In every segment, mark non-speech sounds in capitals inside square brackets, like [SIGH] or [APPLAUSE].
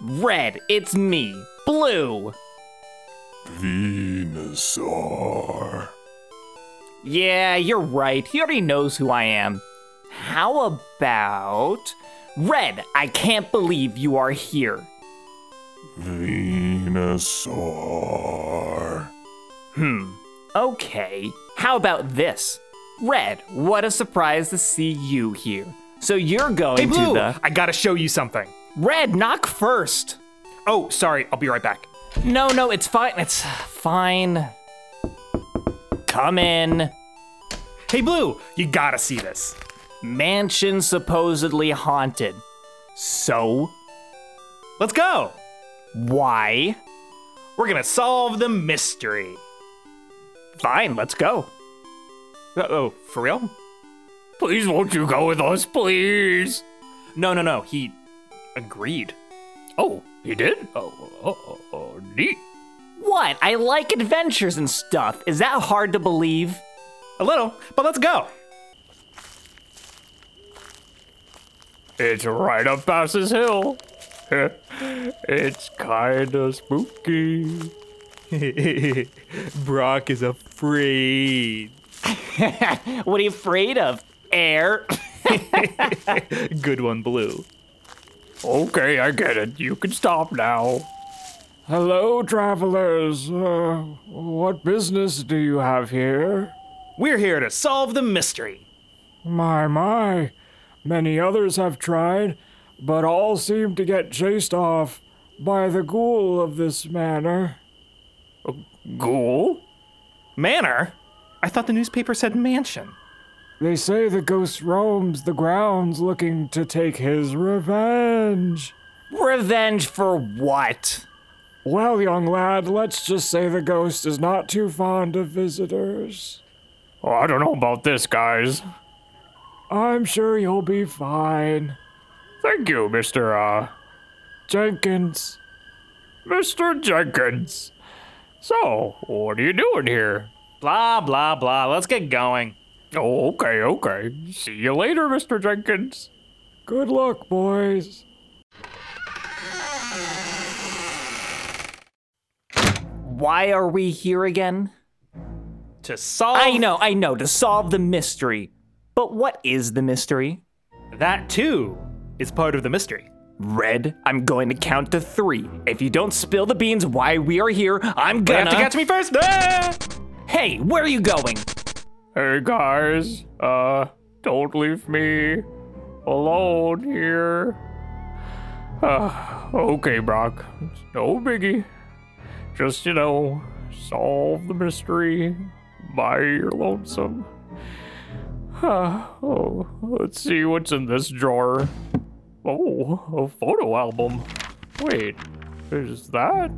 Red, it's me. Blue. Venusaur. Yeah, you're right. He already knows who I am. How about. Red, I can't believe you are here. Venusaur. Hmm. Okay. How about this? Red, what a surprise to see you here. So you're going Hey, to Blue, the. I gotta show you something. Red, knock first. Oh, sorry, I'll be right back. No, no, it's fine. It's fine. Come in. Hey, Blue, you gotta see this. Mansion supposedly haunted. So, Let's go. why? We're gonna solve the mystery. Fine, let's go. Uh oh, for real? Please won't you go with us, please? No, no, no. He agreed. Oh, He did? Oh, oh, oh, oh neat. what? I like adventures and stuff. Is that hard to believe? [LAUGHS] A little, but let's go. It's right up past this hill. [LAUGHS] it's kinda spooky. [LAUGHS] Brock is afraid. What are you afraid of? Air? [COUGHS] Good one, Blue. Okay, I get it. You can stop now. Hello, travelers. Uh, what business do you have here? We're here to solve the mystery. My, my. Many others have tried, but all seem to get chased off by the ghoul of this manor. Ghoul? Manor? I thought the newspaper said mansion. They say the ghost roams the grounds looking to take his revenge. Revenge for what? Well, young lad, let's just say the ghost is not too fond of visitors. Oh, I don't know about this, guys. I'm sure you'll be fine. Thank you, Mr. Uh, Jenkins, Mr. Jenkins. So, what are you doing here? Blah, blah, blah. Let's get going. Oh, okay, okay. See you later, Mr. Jenkins. good luck, boys. Why are we here again? To solve I know, I know, to solve the mystery. But what is the mystery? that, too, is part of the mystery. Red, I'm going to count to three. If you don't spill the beans why we are here, I'm You gonna. have to catch me first. Ah! hey, where are you going? Hey, guys. Uh, don't leave me alone here. [SIGHS] Uh, okay, Brock. It's no biggie. Just, you know, solve the mystery by your lonesome. [SIGHS] Uh, oh, let's see what's in this drawer. Oh, a photo album. Wait, is that?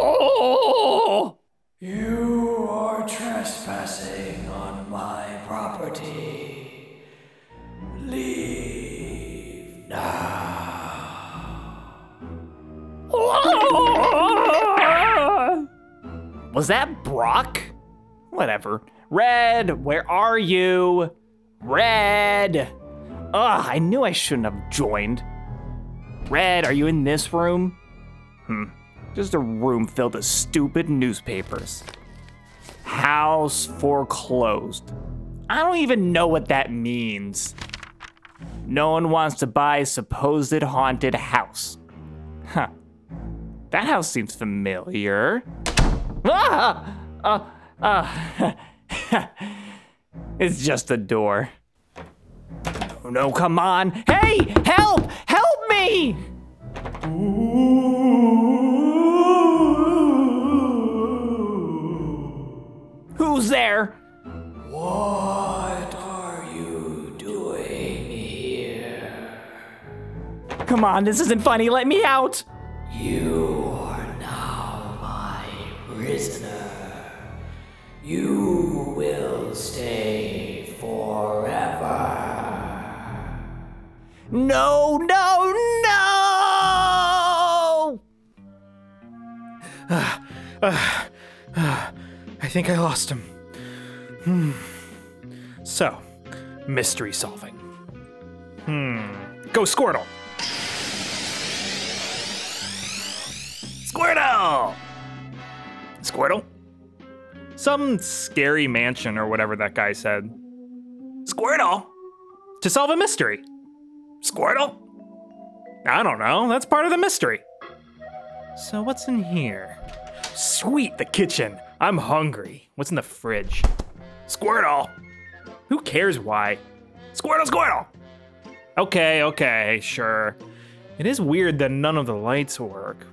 Whoa! You are trespassing on my property. Leave now. Was that Brock? Whatever. Red, where are you? Red! Ugh, I knew I shouldn't have joined. Red, are you in this room? Hmm. Just a room filled with stupid newspapers. House foreclosed. I don't even know what that means. No one wants to buy supposed haunted house. Huh. That house seems familiar. Ah! [LAUGHS] Uh, uh, [LAUGHS] it's just a door. Oh no, come on. Hey, help! Help me! Who's there? What are you doing here? Come on, this isn't funny. Let me out. You are now my prisoner. You will stay forever. No, no, [SIGHS] no! I think I lost him. Hmm. So, mystery solving. Go Squirtle. Squirtle! Squirtle? Some scary mansion or whatever that guy said. Squirtle! To solve a mystery. Squirtle? I don't know. That's part of the mystery. So, what's in here? Sweet, the kitchen. I'm hungry. What's in the fridge? Squirtle! Who cares why? Squirtle, Squirtle! Okay, okay, sure. It is weird that none of the lights work,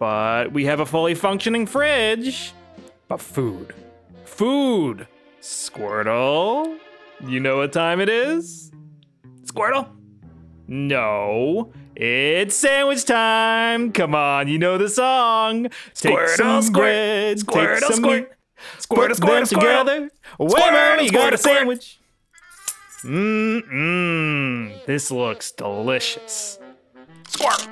but we have a fully functioning fridge. But food. Food! Squirtle? You know what time it is? Squirtle? No, it's sandwich time. Come on, you know the song. Take Squirtle, some squirt. bread, Squirtle, take some squirt. meat, put Squirtle, them squirtle, together. Wait a Squirtle, minute, you got a squirtle, squirt. sandwich. Mmm, mmm. This looks delicious. Squirt.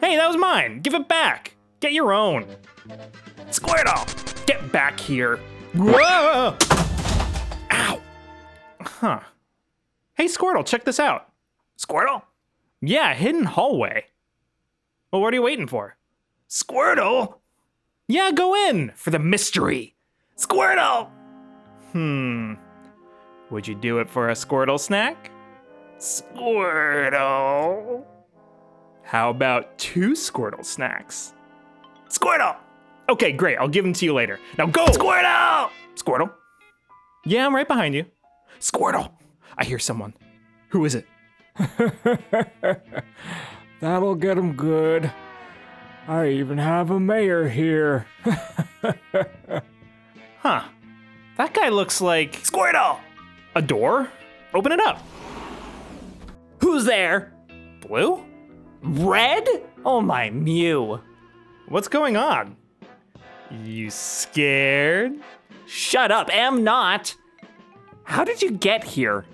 Hey, that was mine. Give it back. Get your own. Squirtle. Get back here. Whoa. Ow. Huh. Hey, Squirtle, check this out. Squirtle? Yeah, hidden hallway. Well, what are you waiting for? Squirtle? Yeah, go in for the mystery. Squirtle! Hmm. Would you do it for a Squirtle snack? Squirtle. How about two Squirtle snacks? Squirtle! Okay, great. I'll give them to you later. Now go! Squirtle! Squirtle? Yeah, I'm right behind you. Squirtle! I hear someone. Who is it? That'll get him good. I even have a mayor here. [LAUGHS] Huh. That guy looks like. Squirtle! A door? Open it up. Who's there? Blue? Red? Oh my Mew. What's going on? You scared? Shut up, am not. How did you get here?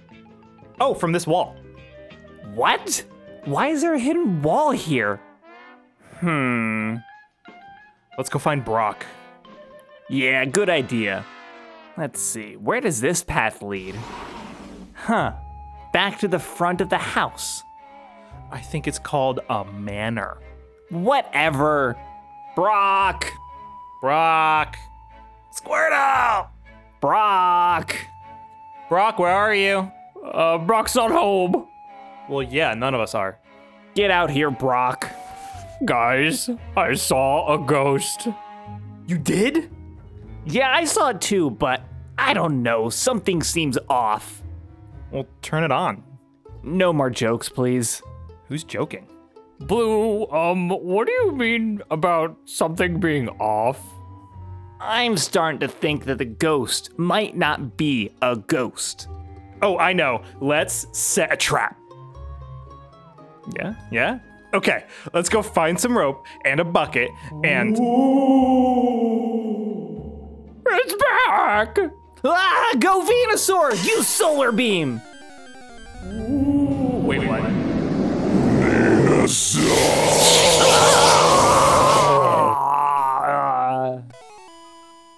Oh, from this wall. What? Why is there a hidden wall here? Hmm. Let's go find Brock. Yeah, good idea. Let's see, where does this path lead? Huh. Back to the front of the house. I think it's called a manor. Whatever. Brock! Brock! Squirtle! Brock! Brock, where are you? Uh, Brock's not home. Well, yeah, none of us are. Get out here, Brock. Guys, I saw a ghost. You did? Yeah, I saw it too, but I don't know. Something seems off. Well, turn it on. No more jokes, please. Who's joking? Blue, um, what do you mean about something being off? I'm starting to think that the ghost might not be a ghost. Oh, I know. Let's set a trap. Yeah? Yeah? Okay, let's go find some rope and a bucket and. It's back! Ah, go Venusaur! You solar beam! Wait, what? Ah,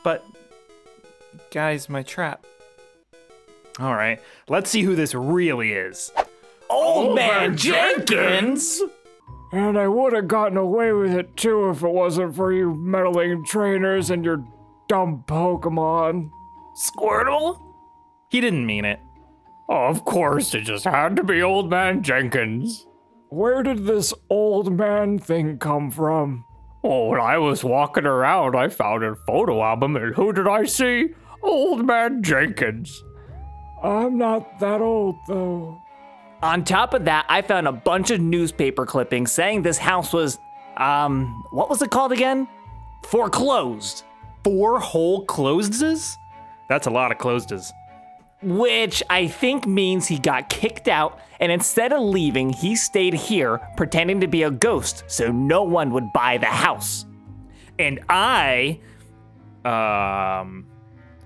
But. Guys, my trap. All right, let's see who this really is. Old Man Jenkins! And I would have gotten away with it too if it wasn't for you meddling trainers and your dumb Pokemon. Squirtle? He didn't mean it. Of course, it just had to be Old Man Jenkins. Where did this old man thing come from? Well, Oh, when I was walking around, I found a photo album, and who did I see? Old Man Jenkins. I'm not that old though. On top of that, I found a bunch of newspaper clippings saying this house was, um, what was it called again? Foreclosed. Four whole closeses? That's a lot of closeses. Which I think means he got kicked out, and instead of leaving, he stayed here pretending to be a ghost so no one would buy the house. And I. Um.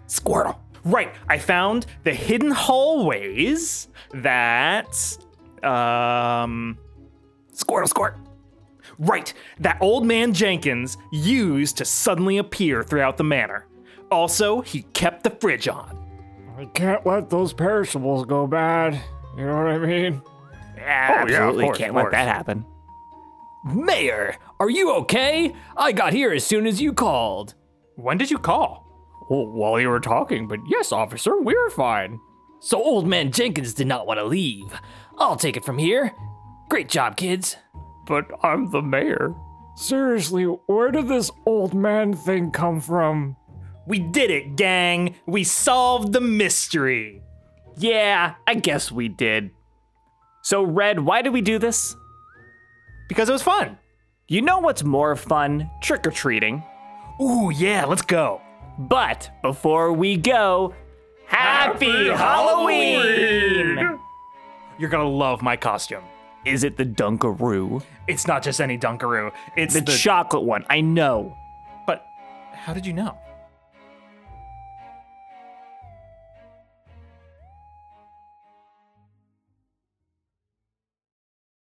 Squirtle. Right. I found the hidden hallways that. Um. Squirtle, squirt. Right. That old man Jenkins used to suddenly appear throughout the manor. Also, he kept the Oh, fridge on. I can't let those perishables go bad. You know what I mean? Absolutely course, can't of let course. that happen. Mayor, are you okay? I got here as soon as you called. When did you call? Well, while you were talking, but yes, officer, we're fine. So old man Jenkins did not want to leave. I'll take it from here. Great job, kids. But I'm the mayor. Seriously, where did this old man thing come from? We did it, gang. We solved the mystery. Yeah, I guess we did. So, Red, why did we do this? Because it was fun. You know what's more fun? Trick or treating. Ooh, yeah, let's go. But before we go, Happy, Halloween! You're gonna love my costume. Is it the Dunkaroo? It's not just any Dunkaroo. It's The the, chocolate one, I know. But how did you know?